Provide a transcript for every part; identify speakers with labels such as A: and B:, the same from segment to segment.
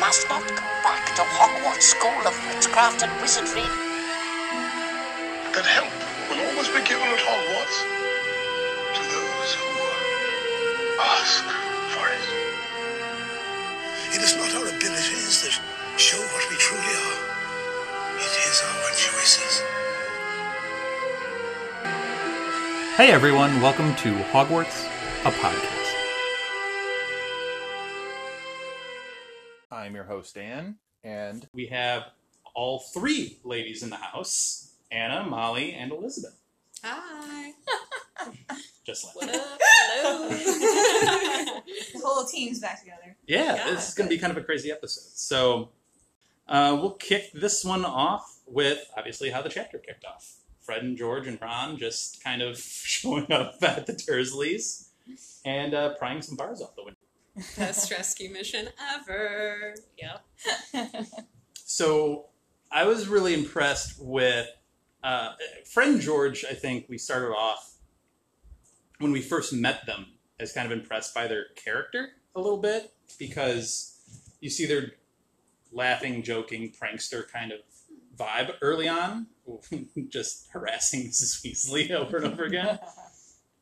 A: must not go back to Hogwarts School of Witchcraft and Wizardry.
B: That help will always be given at Hogwarts to those who ask for it. It is not our abilities that show what we truly are. It is our choices.
C: Hey everyone, welcome to Hogwarts, a podcast. I'm your host, Dan, and
D: we have all three ladies in the house Anna, Molly, and Elizabeth.
E: Hi.
D: Just like
E: What
D: that.
E: up? Hello.
F: The whole team's back together.
D: Yeah,
E: Yeah,
D: this is going to be kind of a crazy episode. So uh, we'll kick this one off with obviously how the chapter kicked off. Fred and George and Ron just kind of showing up at the Dursleys and uh, prying some bars off the window.
E: Best rescue mission ever. Yep.
D: So I was really impressed with uh, friend George. I think we started off when we first met them as kind of impressed by their character a little bit because you see their laughing, joking, prankster kind of vibe early on, just harassing Mrs. Weasley over and over again.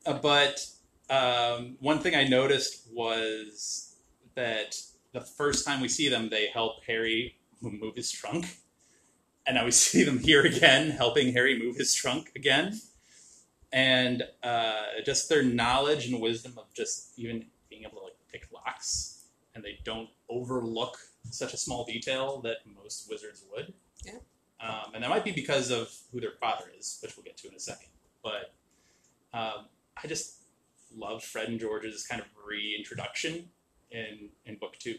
D: Uh, but um, one thing I noticed was that the first time we see them, they help Harry move his trunk. And now we see them here again, helping Harry move his trunk again. And uh, just their knowledge and wisdom of just even being able to like pick locks, and they don't overlook such a small detail that most wizards would.
E: Yeah.
D: Um, and that might be because of who their father is, which we'll get to in a second. But um, I just love Fred and George's kind of reintroduction in in book two.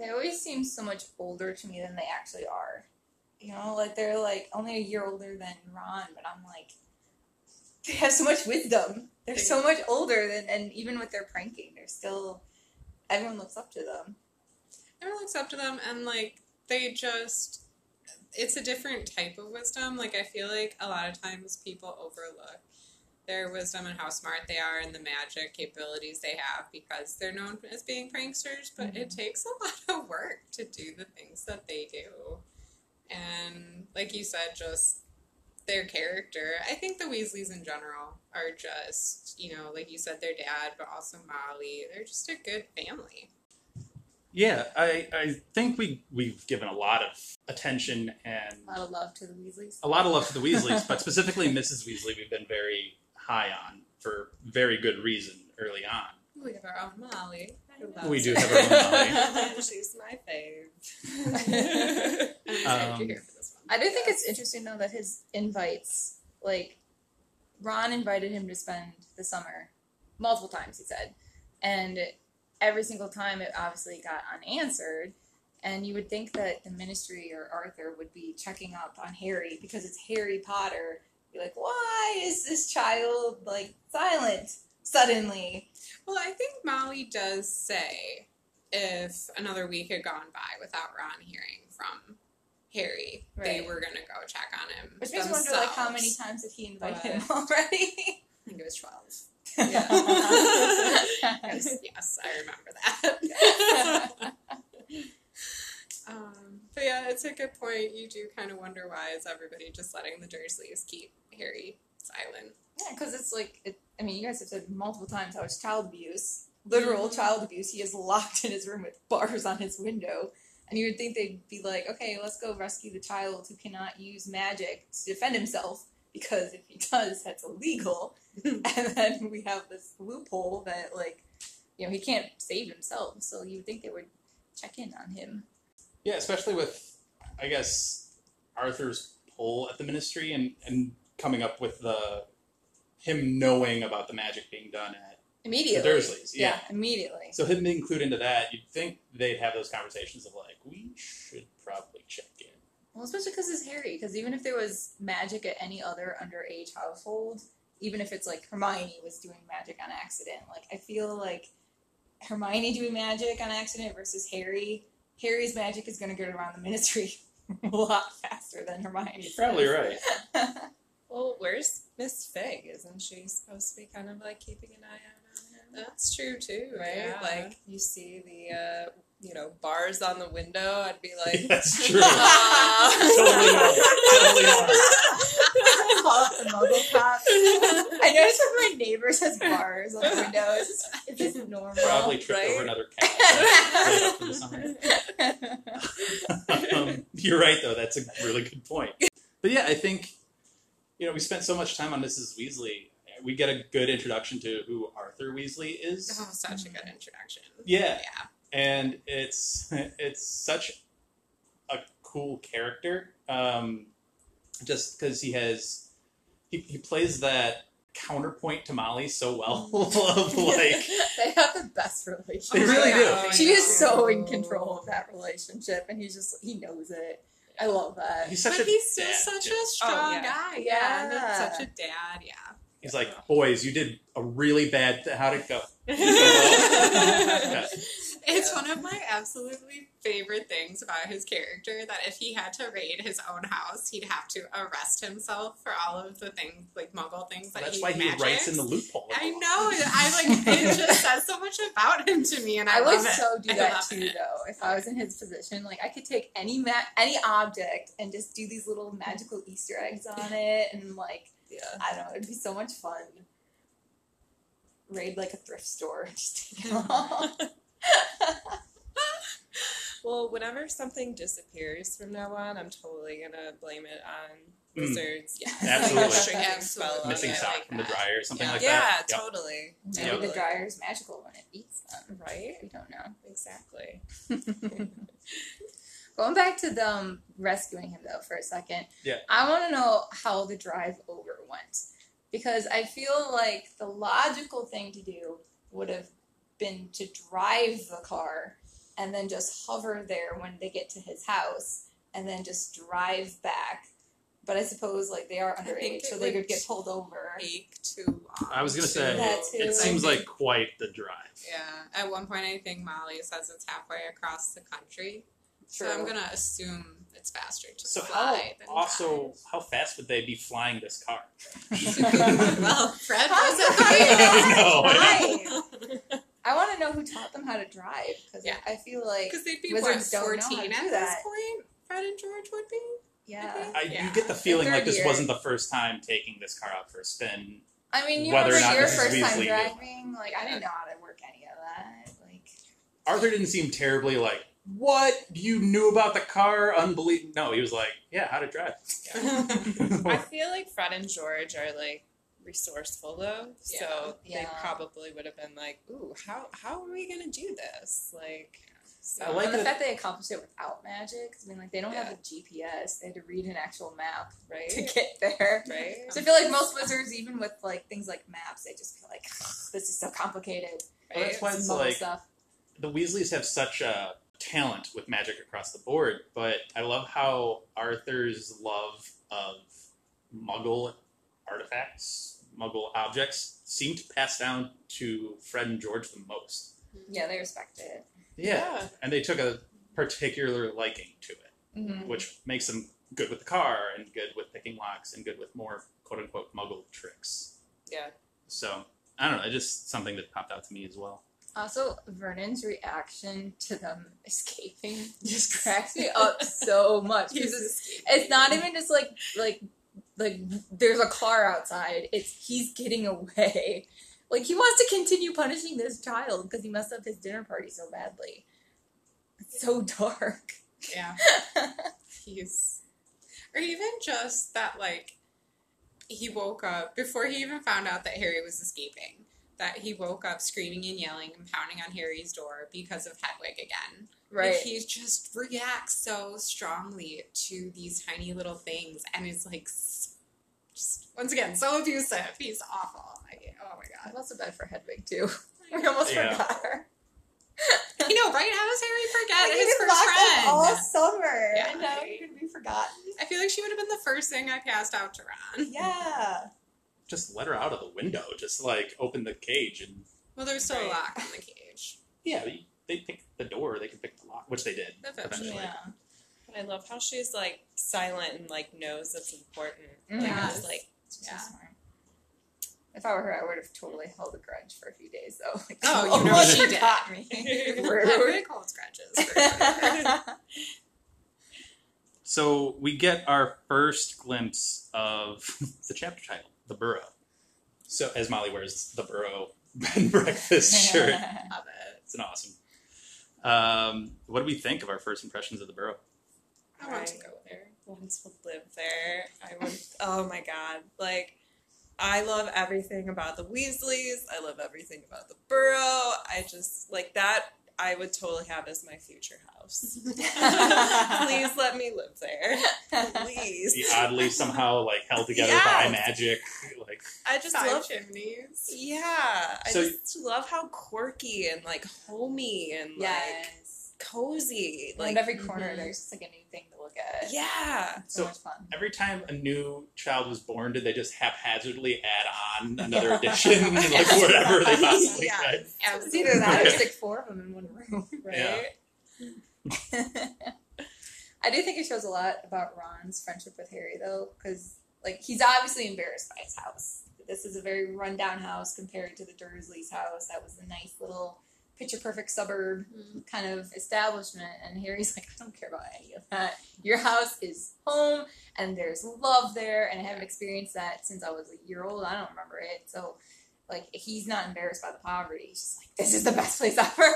F: They always seem so much older to me than they actually are. You know, like they're like only a year older than Ron, but I'm like, they have so much wisdom. They're so much older than, and even with their pranking, they're still. Everyone looks up to them.
E: Everyone looks up to them and like they just it's a different type of wisdom. Like I feel like a lot of times people overlook their wisdom and how smart they are and the magic capabilities they have because they're known as being pranksters, but it takes a lot of work to do the things that they do. And like you said, just their character. I think the Weasleys in general are just, you know, like you said, their dad, but also Molly. They're just a good family.
D: Yeah, I, I think we we've given a lot of attention and
F: A lot of love to the Weasleys.
D: a lot of love for the Weasleys, but specifically Mrs. Weasley, we've been very high on for very good reason early on.
E: We have our own Molly.
D: We do have our own
E: She's my fave. I'm excited
D: Um,
E: you're here for this one.
F: I do think it's interesting though that his invites, like Ron invited him to spend the summer multiple times, he said, and every single time it obviously got unanswered. And you would think that the ministry or Arthur would be checking up on Harry because it's Harry Potter. You're like, why is this child like silent suddenly?
E: Well, I think Molly does say if another week had gone by without Ron hearing from Harry, they
F: Right.
E: were going to go check on him.
F: Which makes me wonder like how many
E: themselves.
F: times did he invite
E: But-
F: him already?
E: I think it was 12.
F: Yeah.
E: yes, yes, I remember that. um, but yeah, it's a good point. You do kind of wonder why is everybody just letting the Dursleys keep Harry silent?
F: Yeah, because it's like, it, I mean, you guys have said multiple times how it's child abuse, literal
D: Mm-hmm.
F: child abuse. He is locked in his room with bars on his window. And you would think they'd be like, okay, let's go rescue the child who cannot use magic to defend himself, because if he does, that's illegal.
D: Mm-hmm.
F: and then we have this loophole that, like, you know, he can't save himself. So you would think they would check in on him.
D: Yeah, especially with I guess Arthur's pull at the ministry and, and coming up with the him knowing about the magic being done at
F: Immediately.
D: Dursleys, yeah.
F: immediately.
D: So him being included into that, you'd think they'd have those conversations of like, we should probably check in.
F: Well, especially because it's Harry. Because even if there was magic at any other underage household, even if it's like Hermione was doing magic on accident, like I feel like Hermione doing magic on accident versus Harry, Harry's magic is going to get around the Ministry a lot faster than Hermione's.
D: probably right.
E: Well, where's Miss Fig? Isn't she supposed to be kind of like keeping an eye out on him? That's true too, right?
G: Yeah.
E: Like you see the uh, you know bars on the window, I'd be like,
D: That's true.
E: "Ah."
D: Totally not. Totally not.
F: Call up the muggle cops. I noticed that my neighbors has bars on the windows. Is this normal?
D: Probably tripped over
E: Right?
D: another cat. Laid up for the summer. um, you're right, though. That's a really good point. But yeah, I think you know we spent so much time on Mrs. Weasley. We get a good introduction to who Arthur Weasley is.
E: oh, such a good introduction.
D: Yeah,
E: Yeah.
D: and it's it's such a cool character. Um, just because he has he, he plays that counterpoint to Molly so well of like
F: They have the best relationship.
D: They really do.
E: Oh,
F: She
E: I
F: is
E: know.
F: so in control of that relationship, and he's just he knows it. I love that.
D: he's such
E: but
D: a
E: he's still
D: dad,
E: such
D: too.
E: a strong
G: Oh, yeah.
E: guy.
F: Yeah.
E: and he's such a dad. Yeah.
D: He's like, boys, you did a really bad. Th- How'd it go? Yeah.
E: It's one of my absolutely favorite things about his character that if he had to raid his own house, he'd have to arrest himself for all of the things, like muggle things that
D: That's
E: he
D: why he
E: magics.
D: writes in the loophole. of the
E: I
D: law.
E: know. I like it just says so much about him to me, and I,
F: I would
E: love it.
F: so do
E: I
F: that
E: love
F: too,
E: it.
F: though. If I was in his position, like I could take any ma- any object and just do these little magical Easter eggs on it, and like
G: Yeah.
F: I don't know, it'd be so much fun. Raid like a thrift store, and just take it all.
G: Well, whenever something disappears from now on, I'm totally gonna blame it on
D: Mm.
G: wizards. Yeah,
D: Absolutely.
G: Like a shrinking
E: Absolutely.
G: spell on
D: Missing
G: it,
D: sock
G: like
D: from the
G: that.
D: dryer or something
E: Yeah.
D: like
G: yeah,
D: that. Yep.
G: totally.
F: Maybe
D: Yep.
F: the dryer is magical when it eats them.
G: Right?
F: We don't know.
G: Exactly.
F: Going back to them rescuing him though for a second.
D: Yeah.
F: I want to know how the drive over went because I feel like the logical thing to do would have been to drive the car and then just hover there when they get to his house and then just drive back. But I suppose like they are
E: think
F: underage,
E: it
F: so they
E: would
F: could get pulled over.
E: Take too long.
D: I was gonna
E: to-
D: say,
F: That too.
D: It
F: Like-
D: seems like quite the drive.
E: Yeah. At one point, I think Molly says it's halfway across the country, so I'm
F: True.
E: gonna assume it's faster to
D: So how
E: fly than
D: also how fast would they be flying this car?
E: drive. well, Fred was a
D: I know.
F: Right. I want to know who taught them how to drive because
E: Yeah.
F: I feel like
E: because they'd be what
F: Wizards don't know how to
E: 14 at
F: do
E: this
F: that.
E: point. Fred and George would be.
F: yeah.
D: I,
E: Yeah.
D: You get the feeling like this
F: Third year.
D: wasn't the first time taking this car out for a spin.
F: I mean, you
D: whether or not
F: remember your
D: Mrs.
F: first
D: Weasley
F: time
D: knew.
F: driving? Like, I didn't know how to work any of that. Like,
D: Arthur didn't seem terribly like, what? You knew about the car? Unbelievable. No, he was like, yeah, how to drive.
G: I feel like Fred and George are like resourceful though, so they
F: Yeah.
G: probably would have been like, "Ooh, how how are we gonna do this?" Like, so
D: I like
F: the
D: that-
F: fact they accomplished it without magic. 'cause, I mean, like, they don't have
G: Yeah.
F: a GPS. They had to read an actual map to
G: right,
F: get there.
G: right.
F: So I feel like most wizards, even with like things like maps, they just feel like this is so complicated.
D: Well, that's why
F: It's
D: it's
F: muggle
D: like
F: stuff.
D: the Weasleys have such a talent with magic across the board, but I love how Arthur's love of Muggle artifacts, Muggle objects, seem to pass down to Fred and George the most.
F: Yeah, they respect it.
G: Yeah.
D: and they took a particular liking to it,
F: Mm-hmm.
D: which makes them good with the car and good with picking locks and good with more quote unquote Muggle tricks.
G: Yeah.
D: So I don't know, it's just something that popped out to me as well.
F: Also, Vernon's reaction to them escaping just cracks me up so much because it's, it's not even just like like like there's a car outside. It's he's getting away. Like he wants to continue punishing this child because he messed up his dinner party so badly. It's so dark.
E: Yeah. He's or even just that like he woke up before he even found out that Harry was escaping. That he woke up screaming and yelling and pounding on Harry's door because of Hedwig again. Like,
F: Right.
E: he just reacts so strongly to these tiny little things and is like s- just once again so abusive. He's awful. I, oh my god.
F: I felt so bad for Hedwig too. We almost
D: Yeah.
F: forgot her.
E: You know, right? How does Harry forget
F: Like, he
E: his
F: just
E: first
F: mocked us
E: friend?
F: all summer,
E: Yeah.
F: and now you're gonna be forgotten.
E: I feel like she would have been the first thing I passed out to Ron.
F: Yeah.
D: Just let her out of the window, just like open the cage and
E: Well, there's still
G: Right.
E: a lock on the cage.
D: Yeah, they- they pick the door, they can pick the lock, which they did
E: Eventually.
D: eventually.
F: Yeah.
G: And I love how she's like
E: Mm.
G: silent and like knows it's important. Like,
F: Yeah.
G: just, like
F: Yeah. If I were her, I would have totally held a grudge for a few days, though. Like,
E: Oh, you
C: know
F: one
E: she did.
F: forgot me.
E: Pretty cold scratches.
D: So we get our first glimpse of the chapter title, The Burrow. So as Molly wears the Burrow bed and breakfast shirt.
E: Love it.
D: It's an awesome. Um, what do we think of our first impressions of the Burrow?
E: I want to
G: Right.
E: go there.
G: Once would live there. I would. oh my god! Like, I love everything about the Weasleys. I love everything about the Burrow. I just like that. I would totally have as my future house. Please let me live there. Please.
D: The oddly somehow like held together by
G: Yes.
D: magic. Like
G: I just
E: Five
G: love.
E: chimneys.
G: Yeah, I
D: So-
G: just love how quirky and like homey and like
F: yes.
G: cozy.
F: Like,
G: Like mm-hmm.
F: every corner,
E: mhm.
F: there's just like a new thing to look at.
G: yeah,
F: So,
D: So-
F: much fun.
D: every time a new child was born, did they just haphazardly add on another addition, like wherever they possibly
G: Yeah.
D: could?
F: It's either that or
D: Okay.
F: just like four of them in one room, right?
D: Yeah.
F: I do think it shows a lot about Ron's friendship with Harry, though, because like he's obviously embarrassed by his house. This is a very rundown house compared to the Dursleys' house. That was a nice little picture perfect suburb kind of establishment, and Harry's like, I don't care about any of that. Your house is home, and there's love there, and I haven't experienced that since I was a year old. I don't remember it, so. Like he's not embarrassed by the poverty. He's just like, this is the best place ever.
E: Well,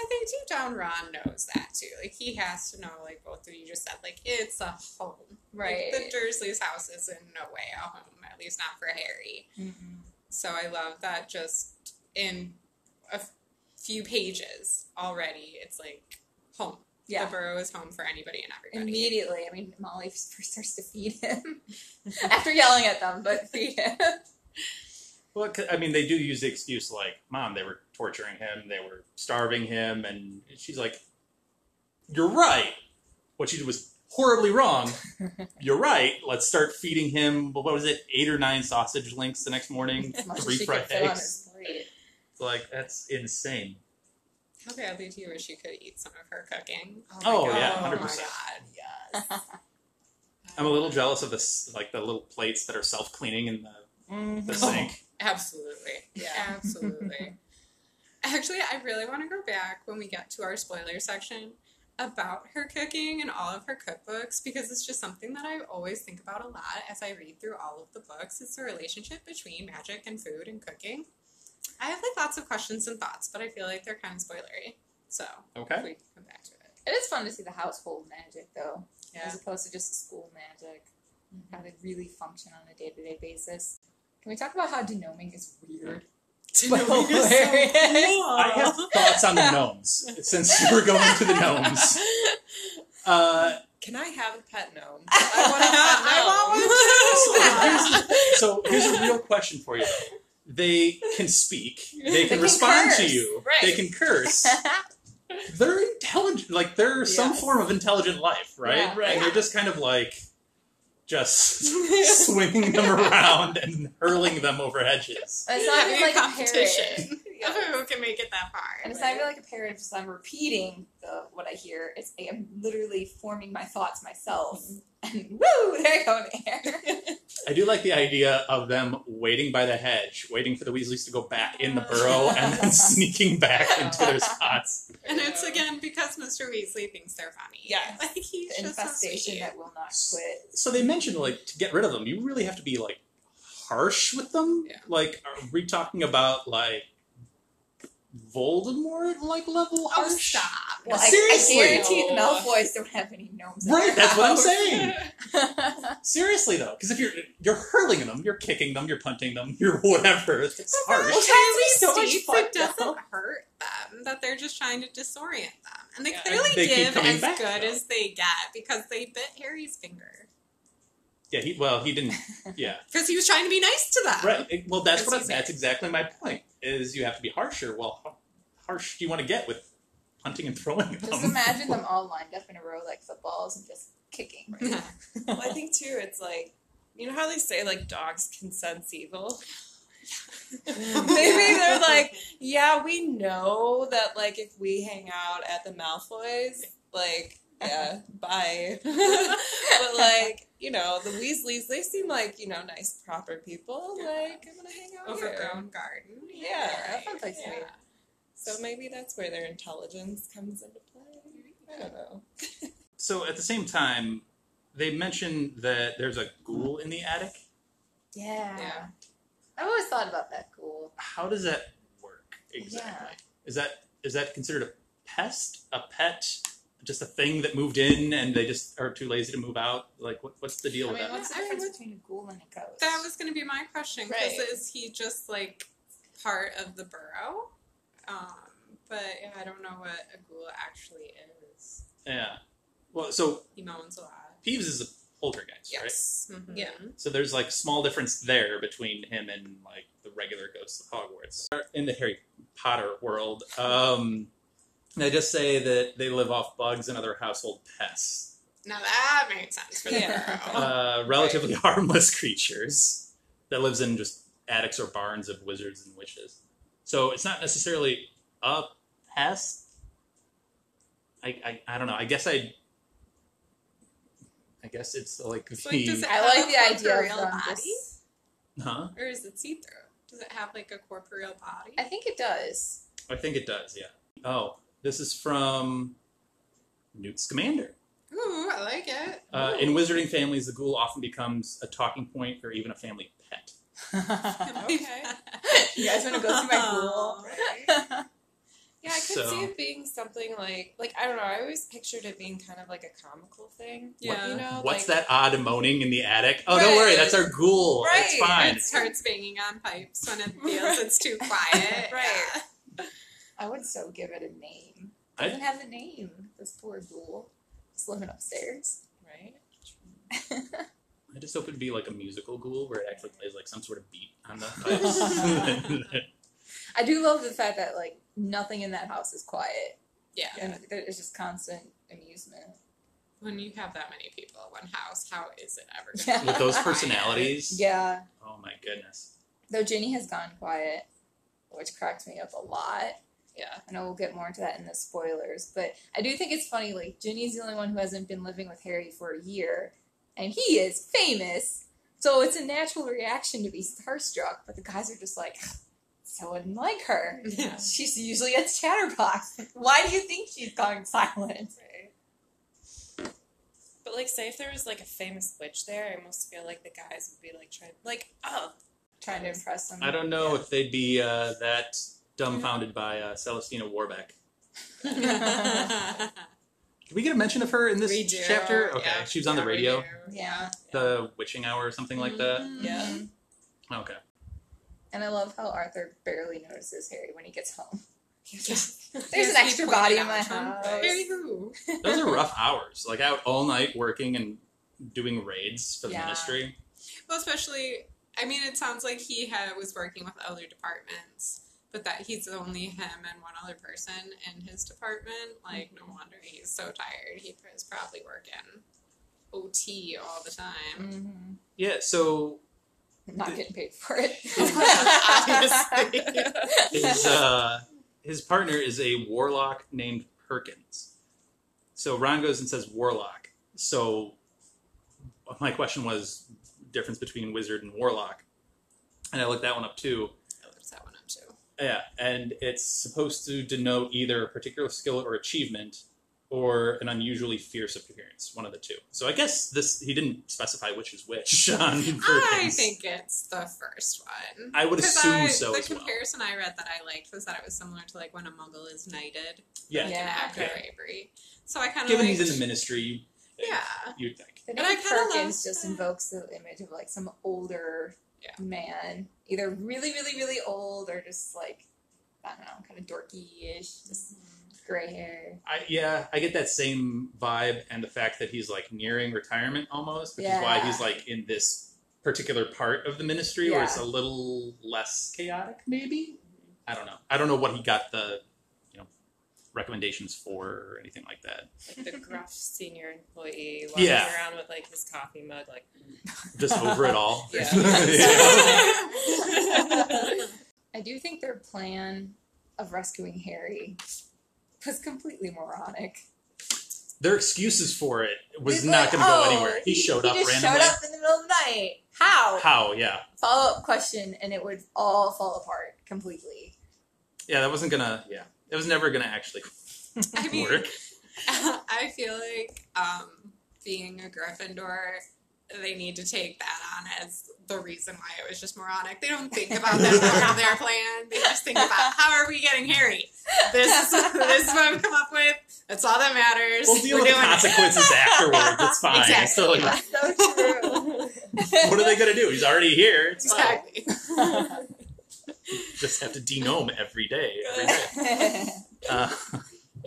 E: I think deep down Ron knows that too. Like he has to know, like both of you just said, like it's a home. Like, the Dursley's house is in no way a home, at least not for Harry.
F: Mm-hmm.
E: So I love that just in a f- few pages already, it's like home.
F: Yeah.
E: The burrow is home for anybody and everybody.
F: Immediately. I mean, Molly first starts to feed him after yelling at them, but feed him.
D: Well, c- I mean, they do use the excuse like, "Mom, they were torturing him, they were starving him," and she's like, "You're right. What you did was horribly wrong. You're right. Let's start feeding him. What was it? Eight or nine sausage links the next morning,
F: As much as
D: three
F: she
D: fried
F: could fit on
D: eggs.
F: his plate.
D: Like that's insane.
E: How badly do you wish you could eat some of her cooking?
D: Oh,
E: my
D: yeah, 100%.
E: God. Oh my
F: Yes.
E: god.
D: I'm a little jealous of this, like the little plates that are self cleaning in the,
F: Mm-hmm.
D: the
C: Mhm.
D: sink.
E: Absolutely.
G: Yeah.
E: Absolutely. Actually, I really want to go back when we get to our spoiler section about her cooking and all of her cookbooks because it's just something that I always think about a lot as I read through all of the books. It's the relationship between magic and food and cooking. I have like lots of questions and thoughts, but I feel like they're kind of spoilery. So
D: Okay.
E: we can come back to it.
F: It is fun to see the household magic, though,
E: Yeah.
F: as opposed to just the school magic, how they really function on a day to day basis. Can we talk about how denoming is weird? But hilarious.
D: I have thoughts on the gnomes since we're going to the gnomes. Uh,
G: Can I have a pet gnome?
E: I want one.
D: So here's a real question for you. though. They can speak. They can
F: can
D: respond to
F: curse,
D: you.
F: right.
D: They can curse. They're intelligent. Like they're some
F: Yes.
D: form of intelligent life, right?
F: Yeah.
G: Right.
D: And they're just kind of like just swinging them around and hurling them over hedges.
F: it's not even like a parrot.
E: competition of who can make it that far.
F: And it's
E: Like-
F: not even like a parrot, it's just I'm repeating the, what I hear. It's I'm literally forming my thoughts myself. And woo, there I go in the air.
D: I do like the idea of them waiting by the hedge, waiting for the Weasleys to go back in the burrow and then sneaking back into their spots.
E: And it's again because Mr. Weasley thinks they're funny.
G: Yes.
E: Like he's
F: the
E: just so
F: infestation
E: sweet.
F: that will not quit.
D: So they mentioned like to get rid of them, you really have to be like harsh with them.
E: Yeah.
D: Like, are we talking about like Voldemort like level
E: Oh,
D: harsh?
E: stop.
F: Well, I, I
D: Seriously?
F: guarantee the Malfoys don't have any gnomes. in
D: Right,
F: their
D: that's what I'm
F: house.
D: saying. Seriously though, because if you're you're hurling them, you're kicking them, you're punting them, you're whatever. It's harsh.
F: Well, that'd be so much
E: States,
F: fun,
E: it doesn't
F: though.
E: hurt them that they're just trying to disorient them. And they
G: Yeah,
E: clearly
D: they keep
E: give
D: coming
E: as
D: back,
E: good
D: though.
E: as they get because they bit Harry's finger.
D: Yeah, he well, he didn't yeah.
E: Because he was trying to be nice to them.
D: Right. it- Well, that's
E: That's
D: what I-
E: easier.
D: that's exactly my point. Is you have to be harsher. Well, how harsh do you want to get with hunting and throwing them?
F: Just imagine them all lined up in a row like footballs and just kicking.
G: Well, I think too, it's like you know how they say like dogs can sense evil. Maybe they're like, yeah, we know that like if we hang out at the Malfoys, like yeah, bye. but like, you know, the Weasleys, they seem like, you know, nice, proper people.
E: Yeah.
G: Like, I'm gonna hang out here.
E: Overgrown garden.
G: Yeah,
E: right.
F: sounds like
E: yeah.
F: sweet.
G: So maybe that's where their intelligence comes into play. I don't know.
D: So at the same time, they mention that there's a ghoul in the attic.
F: Yeah.
E: Yeah.
F: I've always thought about that ghoul.
D: How does that work exactly? Is that is that considered a pest, a pet, just a thing that moved in and they just are too lazy to move out? Like, what, what's the deal
F: I
D: with
F: mean,
D: that?
F: what's the
E: I mean,
F: difference
E: what-
F: between a ghoul and a ghost?
E: That was going to be my question. Because
G: Right.
E: is he just like part of the burrow? Um, but yeah, I don't know what a ghoul actually is.
D: Yeah. Well, so
E: He moans a lot.
D: Peeves is a poltergeist, right?
G: Yes.
E: Mhm.
G: Yeah.
D: So there's like small difference there between him and like the regular ghosts of Hogwarts in the Harry Potter world. Um, they just say that they live off bugs and other household pests,
E: Now that makes sense for the
G: Yeah.
E: burrow.
D: uh, relatively harmless creatures that lives in just attics or barns of wizards and witches. So it's not necessarily a pest. I I, I don't know. I guess I. I guess it's like
E: So, like,
D: the-
E: does it
F: I
E: have
F: like
E: a
F: the idea of
E: corporeal
F: them
E: body,
F: just-
D: huh?
E: or is it see through? Does it have like a corporeal body?
F: I think it does.
D: I think it does, yeah. Oh, this is from Newt's Commander.
E: Ooh, I like it.
D: Uh, in wizarding families, the ghoul often becomes a talking point or even a family pet.
E: Okay.
F: you guys want to go see my ghoul?
G: Yeah, I could
D: So-
G: see it being something like like I don't know, I always pictured it being kind of like a comical thing.
E: Yeah.
G: You know,
D: What's that
G: like,
D: odd moaning in the attic? Oh, don't worry,
G: Right.
D: that's our ghoul. It's
G: Right.
D: fine.
E: It starts banging on pipes when it feels it's too quiet.
G: Right.
E: Yeah.
F: I would so give it a name. It
D: I-
F: doesn't have a name. This poor ghoul. Just living upstairs.
G: Right?
D: I just hope it'd be like a musical ghoul where it actually plays like some sort of beat on the pipes.
F: I do love the fact that like nothing in that house is quiet.
E: Yeah.
F: And that it's just constant amusement.
E: When you have that many people in one house, how is it ever? gonna
F: Yeah.
D: With those personalities.
F: Yeah.
D: Oh my goodness.
F: Though Ginny has gone quiet, which cracks me up a lot.
E: Yeah.
F: I know we'll get more into that in the spoilers, but I do think it's funny. Like Ginny's the only one who hasn't been living with Harry for a year, and he is famous, so it's a natural reaction to be starstruck. But the guys are just like, so unlike her.
E: Yeah.
F: She's usually a chatterbox. Why do you think she's going silent?
G: Right. But like say if there was like a famous witch there, I almost feel like the guys would be like trying like, oh
F: Trying to impress them.
D: I don't know if they'd be uh, that dumbfounded by uh, Celestina Warbeck.
E: yeah.
D: Did we get a mention of her in this
E: We do,
D: chapter? Okay,
E: yeah.
D: she was on the radio,
F: Yeah.
D: the witching hour or something like that.
F: Mm-hmm.
G: Yeah.
D: Okay.
F: And I love how Arthur barely notices Harry when he gets home. There's
E: Here's
F: an
E: me
F: extra
E: pointing
F: body in
E: out
F: my
E: from
F: house.
E: Harry who?
D: Those are rough hours. Like out all night working and doing raids for the
F: Yeah.
D: ministry.
E: Well, especially, I mean, it sounds like he had, was working with other departments, but that he's only him and one other person in his department. Like,
F: Mm-hmm.
E: no wonder he's so tired. He is probably working OT all the time.
F: Mm-hmm.
D: Yeah, so
F: Not getting paid for it.
D: Obviously. his uh, his partner is a warlock named Perkins. So Ron goes and says warlock. So my question was difference between wizard and warlock. And I looked that one up too.
E: I looked that one oh up too.
D: Yeah, and it's supposed to denote either a particular skill or achievement or an unusually fierce appearance, one of the two. So I guess this he didn't specify which is which on
E: I
D: Perkins.
E: think it's the first one.
D: I would
E: 'Cause
D: assume
E: I-
D: so
E: The
D: as well.
E: comparison I read that I liked was that it was similar to like when a muggle is knighted,
D: Yeah.
E: like an
F: Yeah.
E: act of
D: Yeah.
E: bravery. So I kind of
D: Given
E: liked,
D: he's in the ministry, you-
E: Yeah.
D: you'd think.
F: The
E: And I
F: name
E: kinda love
F: Perkins just
E: that.
F: invokes the image of like some older
E: Yeah.
F: man, either really, really, really old or just like I don't know, kind of dorky-ish, just gray hair.
D: I, yeah, I get that same vibe and the fact that he's like nearing retirement almost, which is why
F: Yeah.
D: he's like in this particular part of the ministry where it's a little less chaotic, maybe. I don't know. I don't know what he got the you know recommendations for or anything like that.
G: like the gruff senior employee walking
D: Yeah.
G: around with like his coffee mug like
D: Just over it all.
G: Yeah.
F: I do think their plan of rescuing Harry was completely moronic.
D: Their excuses for it was
F: He's
D: not
F: like,
D: going to
F: "Oh,
D: go anywhere. He, showed up
F: just
D: randomly.
F: Showed up in the middle of the night. How?
D: How? Yeah,
F: Follow up question, and it would all fall apart completely.
D: yeah. That wasn't gonna. Yeah, it was never gonna actually
E: I mean,
D: work.
E: I feel like um, being a Gryffindor, they need to take that on as the reason why it was just moronic. They don't think about that part of their plan. They just think about how are we getting Harry. This this is what we come up with. That's all that matters.
D: We'll deal
E: We're
D: with the
E: doing it.
D: consequences afterwards. It's fine. It's
E: Exactly.
D: totally fine.
F: That's so true.
D: what are they gonna do? He's already here. It's fine.
E: Exactly.
D: Just have to denome every day. Every day. Uh, all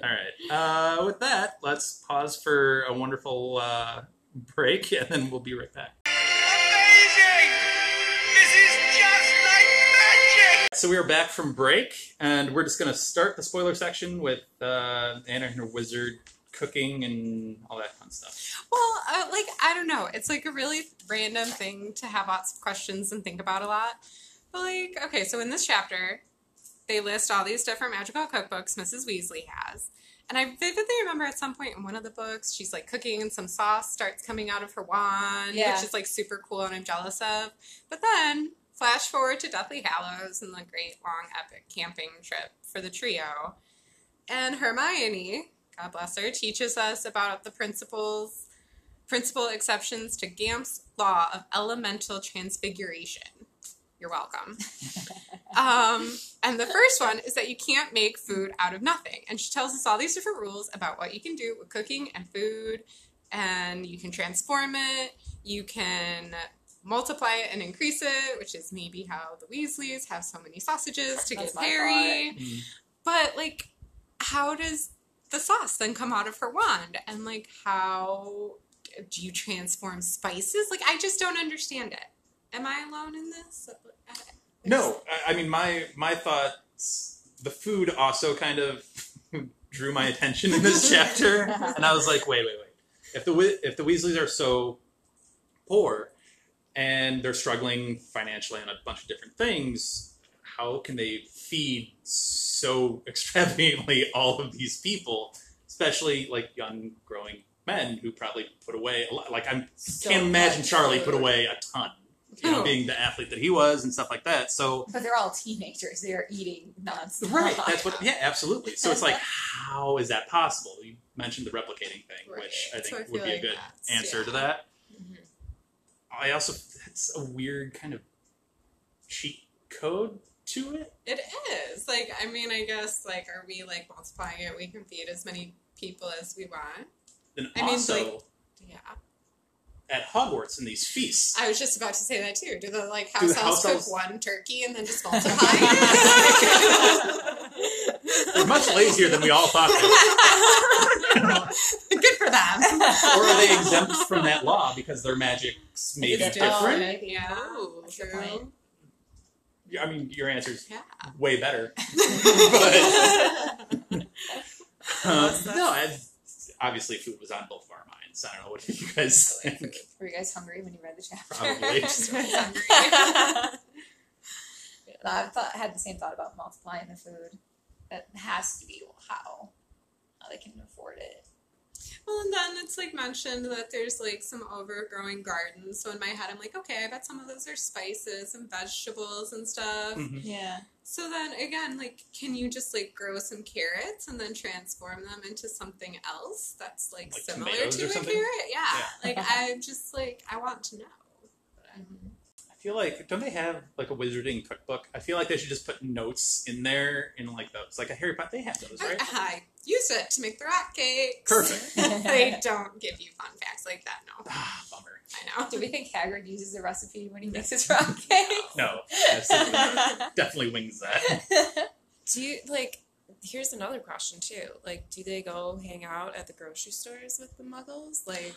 D: right. Uh, with that, let's pause for a wonderful uh, break, and then we'll be right back.
B: Amazing! This is just like magic!
D: So we are back from break, and we're just going to start the spoiler section with uh, Anna and her wizard cooking and all that fun stuff.
E: Well, uh, like I don't know. It's like a really random thing to have lots of questions and think about a lot. But like, okay, so in this chapter, they list all these different magical cookbooks Mrs. Weasley has. And I vividly remember at some point in one of the books, she's like cooking and some sauce starts coming out of her wand,
F: Yeah.
E: which is like super cool and I'm jealous of. But then flash forward to Deathly Hallows and the great long epic camping trip for the trio. And Hermione, God bless her, teaches us about the principles, principal exceptions to Gamp's law of elemental transfiguration. You're welcome. um, and the first one is that you can't make food out of nothing. And she tells us all these different rules about what you can do with cooking and food, and you can transform it, you can multiply it and increase it, which is maybe how the Weasleys have so many sausages to
F: That's
E: give
F: my
E: Harry.
F: thought.
D: Mm.
E: But like, how does the sauce then come out of her wand? And like, how do you transform spices? Like, I just don't understand it. Am I alone in this?
D: No, I, I mean my my thoughts. The food also kind of drew my attention in this chapter, and I was like, wait, wait, wait. If the Wea- if the Weasleys are so poor and they're struggling financially on a bunch of different things, how can they feed so extravagantly all of these people, especially like young growing men who probably put away a lot? Like I
F: So
D: can't imagine
F: much
D: Charlie
F: food.
D: put away a ton. You know, being the athlete that he was and stuff like that. So
F: But they're all teenagers. They are eating nonstop.
D: Right. That's what. Yeah, absolutely. So it's like, how is that possible? You mentioned the replicating thing, which I
E: Right.
D: think
E: So I
D: would
E: feel
D: be a
E: like
D: good
E: that's-
D: answer to
E: yeah. Mm-hmm.
D: that. I also that's a weird kind of cheat code to it.
E: It is. Like, I mean, I guess, like, are we, like, multiplying it? We can feed as many people as we want.
D: And
E: I mean,
D: also
E: like- Yeah.
D: at Hogwarts in these feasts,
E: I was just about to say that, too. Do the, like,
D: Do
E: house
D: the
E: elves
D: house
E: cook
D: elves-
E: one turkey and then just multiply it?
D: they're much lazier than we all thought. They
E: Good for them.
D: were. Or are they exempt from that law because their magic's maybe
F: It's
D: different?
F: different.
E: Yeah.
F: Oh, that's a good
E: True.
D: I mean, your answer's
E: Yeah.
D: way better. But- Uh,
G: Unless that's-
D: no, I, obviously food was on both of our minds. I don't know what you guys think.
F: Were you guys hungry when you read the chapter?
D: Probably. Just
E: really hungry.
F: I thought, had the same thought about multiplying the food. That has to be how, how they can afford it.
E: Well, and then it's like mentioned that there's like some overgrowing gardens. So in my head, I'm like, okay, I bet some of those are spices and vegetables and stuff.
D: Mhm.
F: Yeah.
E: So then again, like, can you just like grow some carrots and then transform them into something else that's like,
D: Like
E: similar
D: tomatoes
E: to
D: or
E: a
D: something?
E: carrot? Yeah.
D: Yeah.
E: Like, I'm just like, I want to know. But I-
D: I feel like don't they have like a wizarding cookbook? I feel like they should just put notes in there in like those, like a Harry Potter. They have those,
E: I,
D: right?
E: I use it to make the rat cakes.
D: Perfect.
E: they don't give you fun facts like that. No,
D: Ah, bummer.
E: I know.
F: Do we think Hagrid uses the recipe when he makes his rock cake?
D: No, absolutely not. definitely wings that.
G: Do you like? Here's another question too. Like, do they go hang out at the grocery stores with the muggles? Like,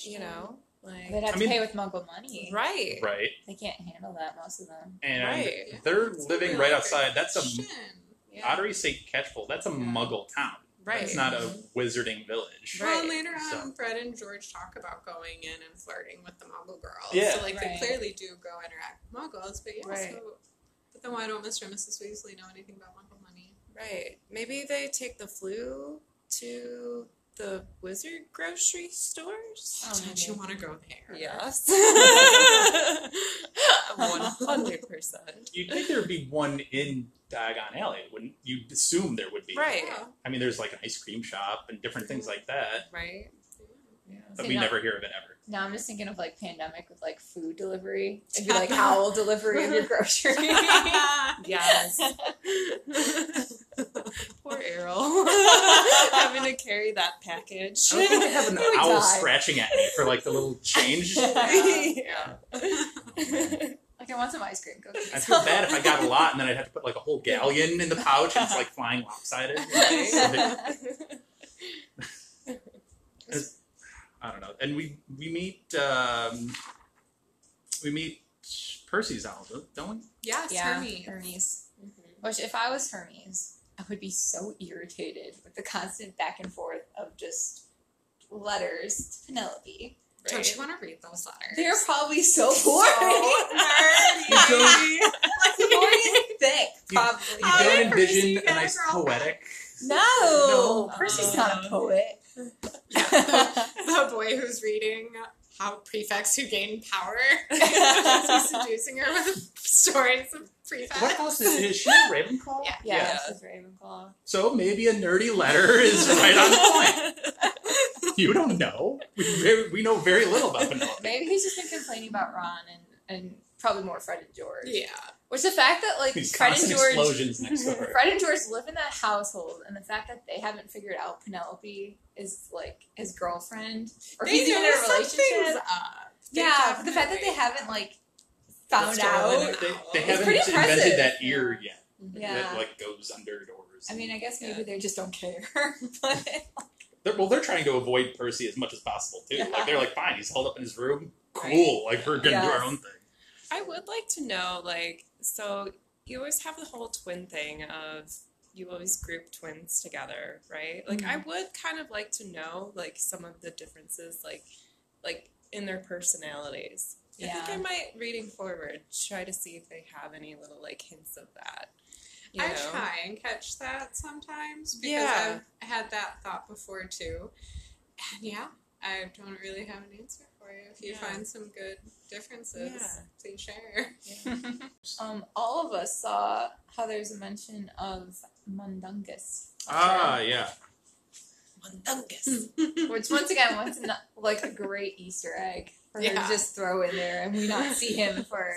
G: you know,
F: They'd have
G: like
D: I
F: to
D: mean-
F: pay with Muggle money.
G: right?
D: Right,
F: They can't handle that, most of them.
D: and
G: Right.
D: they're
E: That's a
D: living
E: really
D: right
E: good
D: outside. That's a
E: question.
G: Yeah.
D: Ottery St. Catchpole. That's a Muggle town.
G: Right.
D: It's not a wizarding village.
G: Right.
E: Well, and later on,
D: So-
E: Fred and George talk about going in and flirting with the Muggle girls.
D: Yeah.
E: So, like,
F: Right.
E: they clearly do go interact with Muggles, but yeah,
G: Right.
E: so. But then why don't Mr. and Mrs. Weasley know anything about Muggle money?
G: Right. Maybe they take the flu to the wizard grocery stores?
E: Oh, don't you want to go there?
G: Yes. 100%.
D: You'd think there would be one in Diagon Alley, wouldn't you'd assume there would be.
G: Right.
E: Yeah.
D: I mean there's like an ice cream shop and different things
E: Mm-hmm.
D: like that.
G: Right?
D: But
F: See,
D: we
F: now-
D: never hear of it ever.
F: Now I'm just thinking of like pandemic with like food delivery. It'd be like owl delivery of your groceries. I
G: Yes. Poor Errol. Having to carry that package.
D: I don't think they have an
F: He would
D: owl
F: die.
D: scratching at me for like the little change.
G: yeah.
F: like I want some ice cream cookies.
D: I feel bad if I got a lot and then I'd have to put like a whole galleon in the pouch and it's like flying lopsided.
G: Right.
D: So they- I don't know. And we we meet um, we meet Percy's owl, don't we?
E: Yes,
F: Yeah,
E: Hermes.
F: Hermes. Which, if I was Hermes, I would be so irritated with the constant back and forth of just letters to Penelope.
E: Don't you want to read those letters?
F: They're probably so boring.
D: You
F: It's boring and thick,
D: You-
F: probably.
E: you Oh,
D: don't
E: yeah, Percy,
D: envision
E: you
D: a
E: got
D: nice
E: a girl.
D: poetic.
F: no,
D: No.
F: Percy's not a poet.
E: the boy who's reading how prefects who gain power He's seducing her with stories of prefects.
D: What house is, is she in Ravenclaw?
E: Yeah.
F: yeah,
G: Yeah.
F: this is Ravenclaw.
D: So maybe a nerdy letter is right on point. You don't know. We, very, we know very little about Penelope.
F: Maybe he's just been complaining about Ron and, and probably more Fred and George.
E: Yeah.
F: Which the fact that like
D: These
F: Fred and
D: constant
F: George
D: explosions next door.
F: Fred and George live in that household, and the fact that they haven't figured out Penelope is like his girlfriend, or
E: They
F: he's even in
E: know
F: a
E: something's
F: relationship.
E: up. They
F: Yeah, but the fact that
E: definitely-
F: they haven't like found
E: Stolen
F: out.
E: it.
D: They, they
E: It's
D: haven't
F: pretty impressive.
D: invented that ear yet. That
F: Yeah,
D: like goes under doors.
F: I mean, I guess maybe
E: Yeah.
F: they just don't care. but
D: They're, well, they're trying to avoid Percy as much as possible too. Like they're like, fine, he's held up in his room. Cool. Like we're gonna do our
F: Yes.
D: own thing.
G: I would like to know, like, so you always have the whole twin thing of you always group twins together, right? Like, I would kind of like to know, like, some of the differences, like, like in their personalities. I
F: Yeah.
G: think I might, reading forward, try to see if they have any little like hints of that. You
E: I
G: know?
E: try and catch that sometimes because
G: Yeah.
E: I've had that thought before too. And yeah, I don't really have an answer for you. If you
G: Yeah.
E: find some good differences,
G: Yeah.
E: please share.
F: um, all of us saw how there's a mention of Mundungus,
D: Ah, yeah.
G: Mundungus.
F: which once again, once ano- like a great Easter egg for her
E: Yeah.
F: to just throw in there, and we not see him for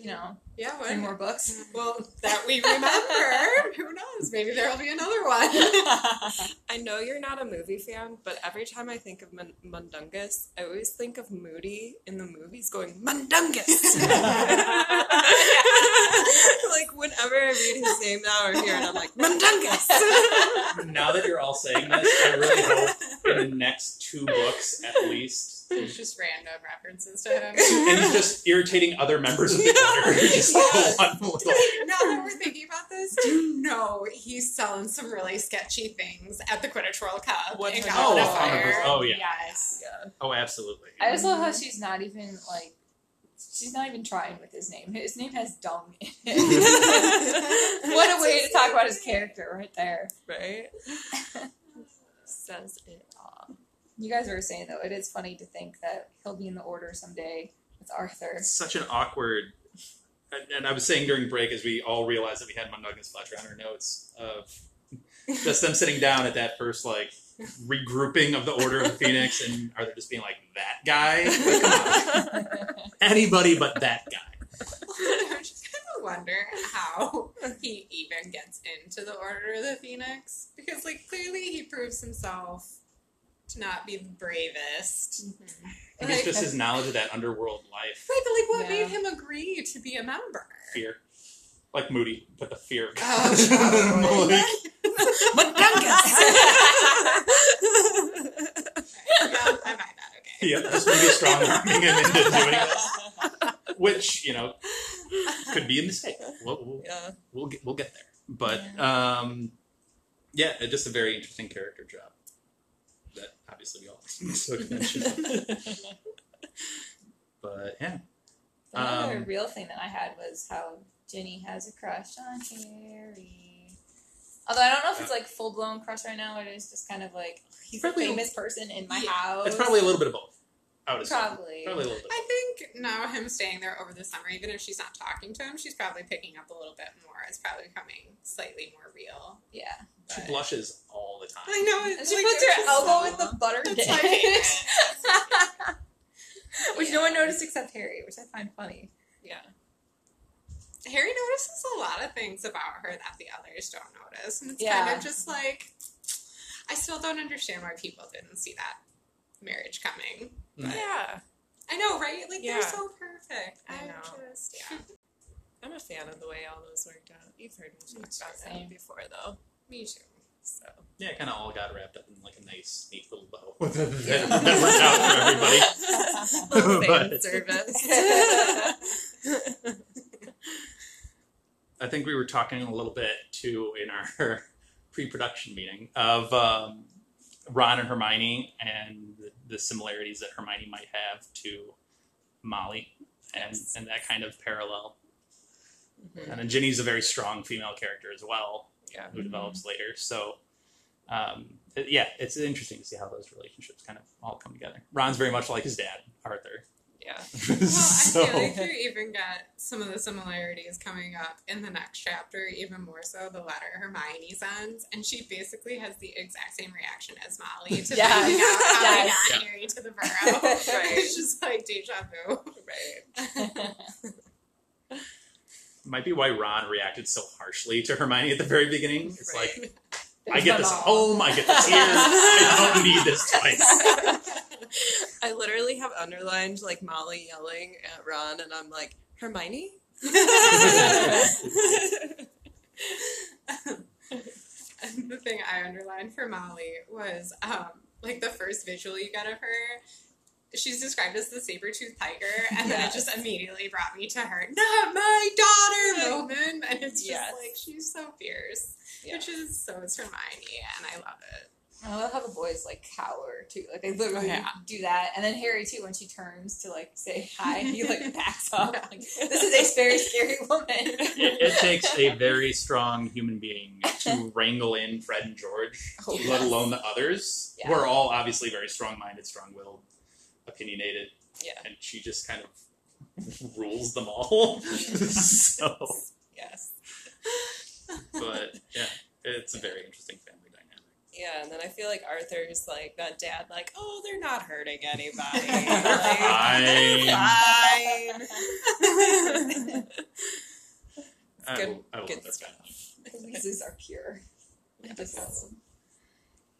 F: you know
E: Yeah,
F: three
E: well,
F: more books.
E: well, that we remember. Who knows? Maybe there will be another one.
G: I know you're not a movie fan, but every time I think of Mun- Mundungus, I always think of Moody in the movies going Mundungus. like whenever I read his name now or hear it, I'm like Mundungus.
D: now that you're all saying this, I really hope in the next two books at least.
E: It's just random references to him.
D: And he's just irritating other members of the Twitter. just like one little.
E: now that we're thinking about this, do you know he's selling some really sketchy things at the Quidditch World Cup?
G: What
E: in
G: the-
E: Goblet of
G: Oh,
E: Fire?
D: oh, yeah.
E: Yes.
D: Oh, absolutely.
F: I just love how she's not even like she's not even trying with his name. His name has dung in it. what a way to talk about his character right there.
G: right? Says it all.
F: You guys were saying though, it is funny to think that he'll be in the order someday with Arthur.
D: It's such an awkward. And, and I was saying during break, as we all realized that we had Mundungus Fletcher on our notes of just them sitting down at that first like regrouping of the Order of the Phoenix, and are they just being like that guy? Like, come on.
G: Mm-hmm.
D: Anybody but that guy.
E: I just kind of wonder how he even gets into the Order of the Phoenix because, like, clearly he proves himself to not be the bravest.
D: I think it's
E: Like-
D: just his knowledge of that underworld life.
E: Wait, but like, what
F: Yeah.
E: made him agree to be a member?
D: fear. Like Moody, but the fear of
E: Oh,
D: Like,
G: Mundungus.
E: yeah, I might not. Okay.
D: yeah, just maybe strong arming him into doing this. Which, you know, could be a mistake. We'll, we'll,
G: yeah.
D: we'll, get, we'll get there. But, yeah. um, yeah, it- just a very interesting character job. That obviously we all so mentioned. But, yeah.
F: Another
D: Um,
F: real thing that I had was how Ginny has a crush on Harry. Although I don't know if it's like full blown crush right now, it is just kind of like he's
D: Probably-
F: a famous person in my
D: Yeah.
F: house.
D: It's probably a little bit of both. I would assume.
F: Oh, probably.
D: Probably a little bit.
E: I think now him staying there over the summer, even if she's not talking to him, she's probably picking up a little bit more. It's probably becoming slightly more real.
F: Yeah.
D: She
E: But-
D: blushes all the time.
E: I know.
F: And
E: It's
F: she
E: like
F: puts
E: they're
F: her
E: just
F: elbow
E: so-
F: in the butter
E: That's
F: dish.
E: my favorite.
F: which no one noticed except Harry, which I find funny.
G: Yeah.
E: Harry notices a lot of things about her that the others don't notice. And it's kind
F: Yeah.
E: of just like, I still don't understand why people didn't see that marriage coming.
D: Mm.
G: Yeah.
E: I know, right? Like,
G: Yeah.
E: they're so perfect.
G: I
E: I'm
G: know.
E: just, yeah.
G: I'm a fan of the way all those worked out. You've heard me talk about
F: Same.
G: that before, though.
E: Me too.
G: So
D: Yeah, it kind of all got wrapped up in like a nice, neat little bow that, that worked out for everybody.
G: Little fan
D: But-
G: service.
D: I think we were talking a little bit too in our pre-production meeting of um, Ron and Hermione and the, the similarities that Hermione might have to Molly and and that kind of parallel.
G: Mhm.
D: And then Ginny's a very strong female character as well,
G: Yeah.
D: who develops later. So. Um, it- yeah, it's interesting to see how those relationships kind of all come together. Ron's very much like his dad, Arthur.
G: yeah.
E: Well,
D: so,
E: I feel like you even got some of the similarities coming up in the next chapter, even more so the letter Hermione sends. And she basically has the exact same reaction as Molly to
F: Yes.
E: finding out how we
F: Yes.
E: got Harry to the borough.
G: Right.
E: It's just like deja vu.
G: Right.
D: might be why Ron reacted so harshly to Hermione at the very beginning. It's like
G: Right.
D: I get this at
F: Mom.
D: home. I get this here. I don't need this twice.
G: I literally have underlined like Molly yelling at Ron, and I'm like Hermione.
E: And the thing I underlined for Molly was um, like the first visual you got of her. She's described as the saber-toothed tiger, and then it just immediately brought me to her, not my daughter moment. And it's just
G: Yes.
E: like she's so fierce,
G: Yeah.
E: which is so is Hermione, and I love it.
F: I love how the boys like cower too. Like they literally
E: Yeah.
F: do that. And then Harry too, when she turns to like say hi, he like backs off. Like, this is a very scary woman.
D: It, it takes a very strong human being to wrangle in Fred and George,
F: Oh,
D: let
F: yes.
D: alone the others,
F: Yeah.
D: who are all obviously very strong-minded, strong-willed, opinionated.
G: Yeah.
D: And she just kind of rules them all. so,
G: yes.
D: but yeah, it's a very interesting family dynamic.
G: Yeah, and then I feel like Arthur's like that dad, like, oh, they're not hurting anybody. Like, fine.
D: I,
G: Good-
D: will- I love
G: good
D: their
G: stuff.
D: family.
F: The Weasleys are pure. I just love them.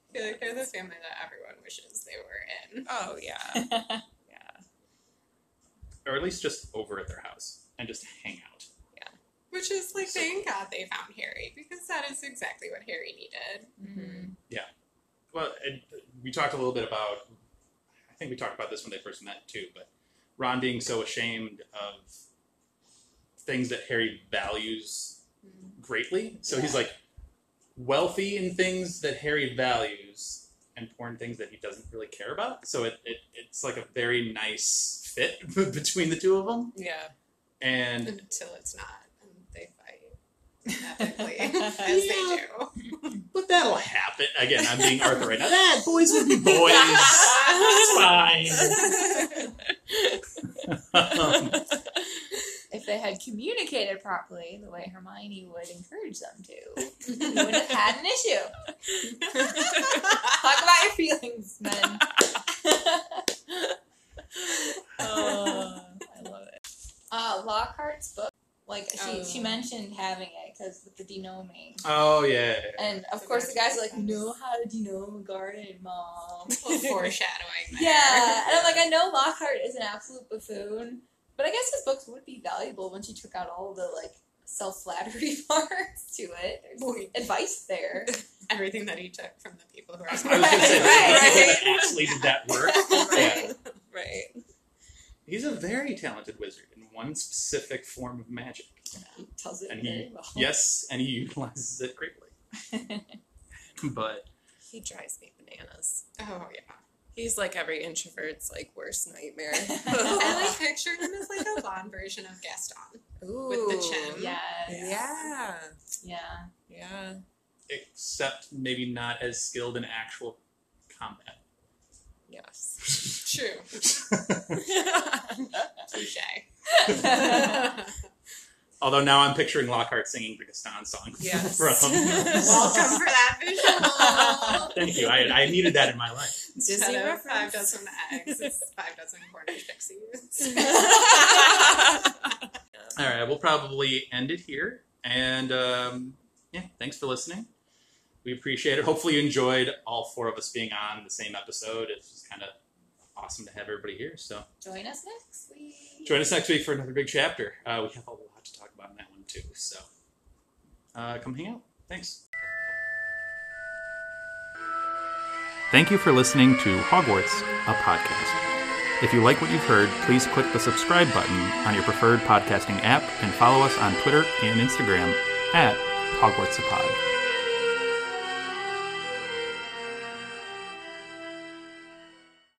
E: I feel like they're the family that everyone wishes they were in.
G: oh yeah, yeah,
D: or at least just over at their house and just hang out.
E: Which is like, thank God they found Harry because that is exactly what Harry needed.
D: Well, and uh, we talked a little bit about. I think we talked about this when they first met too, but Ron being so ashamed of things that Harry values greatly, so he's like wealthy in things that Harry values and poor in things that he doesn't really care about. So it, it it's like a very nice fit between the two of them,
G: yeah.
D: and
E: Until it's not, and they fight epically as they do.
D: But that'll happen. Again, I'm being Arthur right now. That boys will be boys. It's fine. Um,
F: If they had communicated properly the way Hermione would encourage them to, we would have had an issue. Talk about your feelings, men.
G: Oh, I love it.
F: Uh, Lockhart's book, like she,
E: Oh.
F: she mentioned having it because with the denoming.
D: oh yeah.
F: And of
E: The
F: course, the guys are like,
E: garden.
F: know how to denome a garden, mom.
E: Well, foreshadowing there.
F: yeah. And I'm like, I know Lockhart is an absolute buffoon, but I guess his books would be valuable when she took out all the like self flattery parts to it. There's
E: Boy.
F: advice there.
E: everything that he took from the people who are
D: I was gonna say
F: Right,
D: the people that actually did that work. Yeah.
G: Right.
D: He's a very talented wizard in one specific form of magic.
F: He tells it
D: And he-
F: very well.
D: Yes, and he utilizes it greatly. But
G: He drives me bananas.
E: Oh yeah.
G: He's like every introvert's like worst nightmare.
E: I like picture him as like a blonde version of Gaston.
G: Ooh.
E: with the chin.
F: Yes.
G: Yeah.
F: Yeah.
G: Yeah.
D: except maybe not as skilled in actual combat.
G: Yes.
E: True.
F: Touche.
D: Although now I'm picturing Lockhart singing the Gaston song.
G: Yes.
D: from-
E: Welcome for that visual.
D: Thank you. I, I needed that in my life.
G: Disney
E: Instead of
G: reference.
E: Five dozen eggs. It's five dozen Cornish pixies.
D: All right, we'll probably end it here. And um, yeah, thanks for listening. We appreciate it. Hopefully, you enjoyed all four of us being on the same episode. It's just kind of awesome to have everybody here. So
F: Join us next week.
D: join us next week for another big chapter. Uh, we have a lot to talk about in that one, too. So uh, come hang out. Thanks.
C: Thank you for listening to Hogwarts, a podcast. If you like what you've heard, please click the subscribe button on your preferred podcasting app and follow us on Twitter and Instagram at Hogwarts a Pod.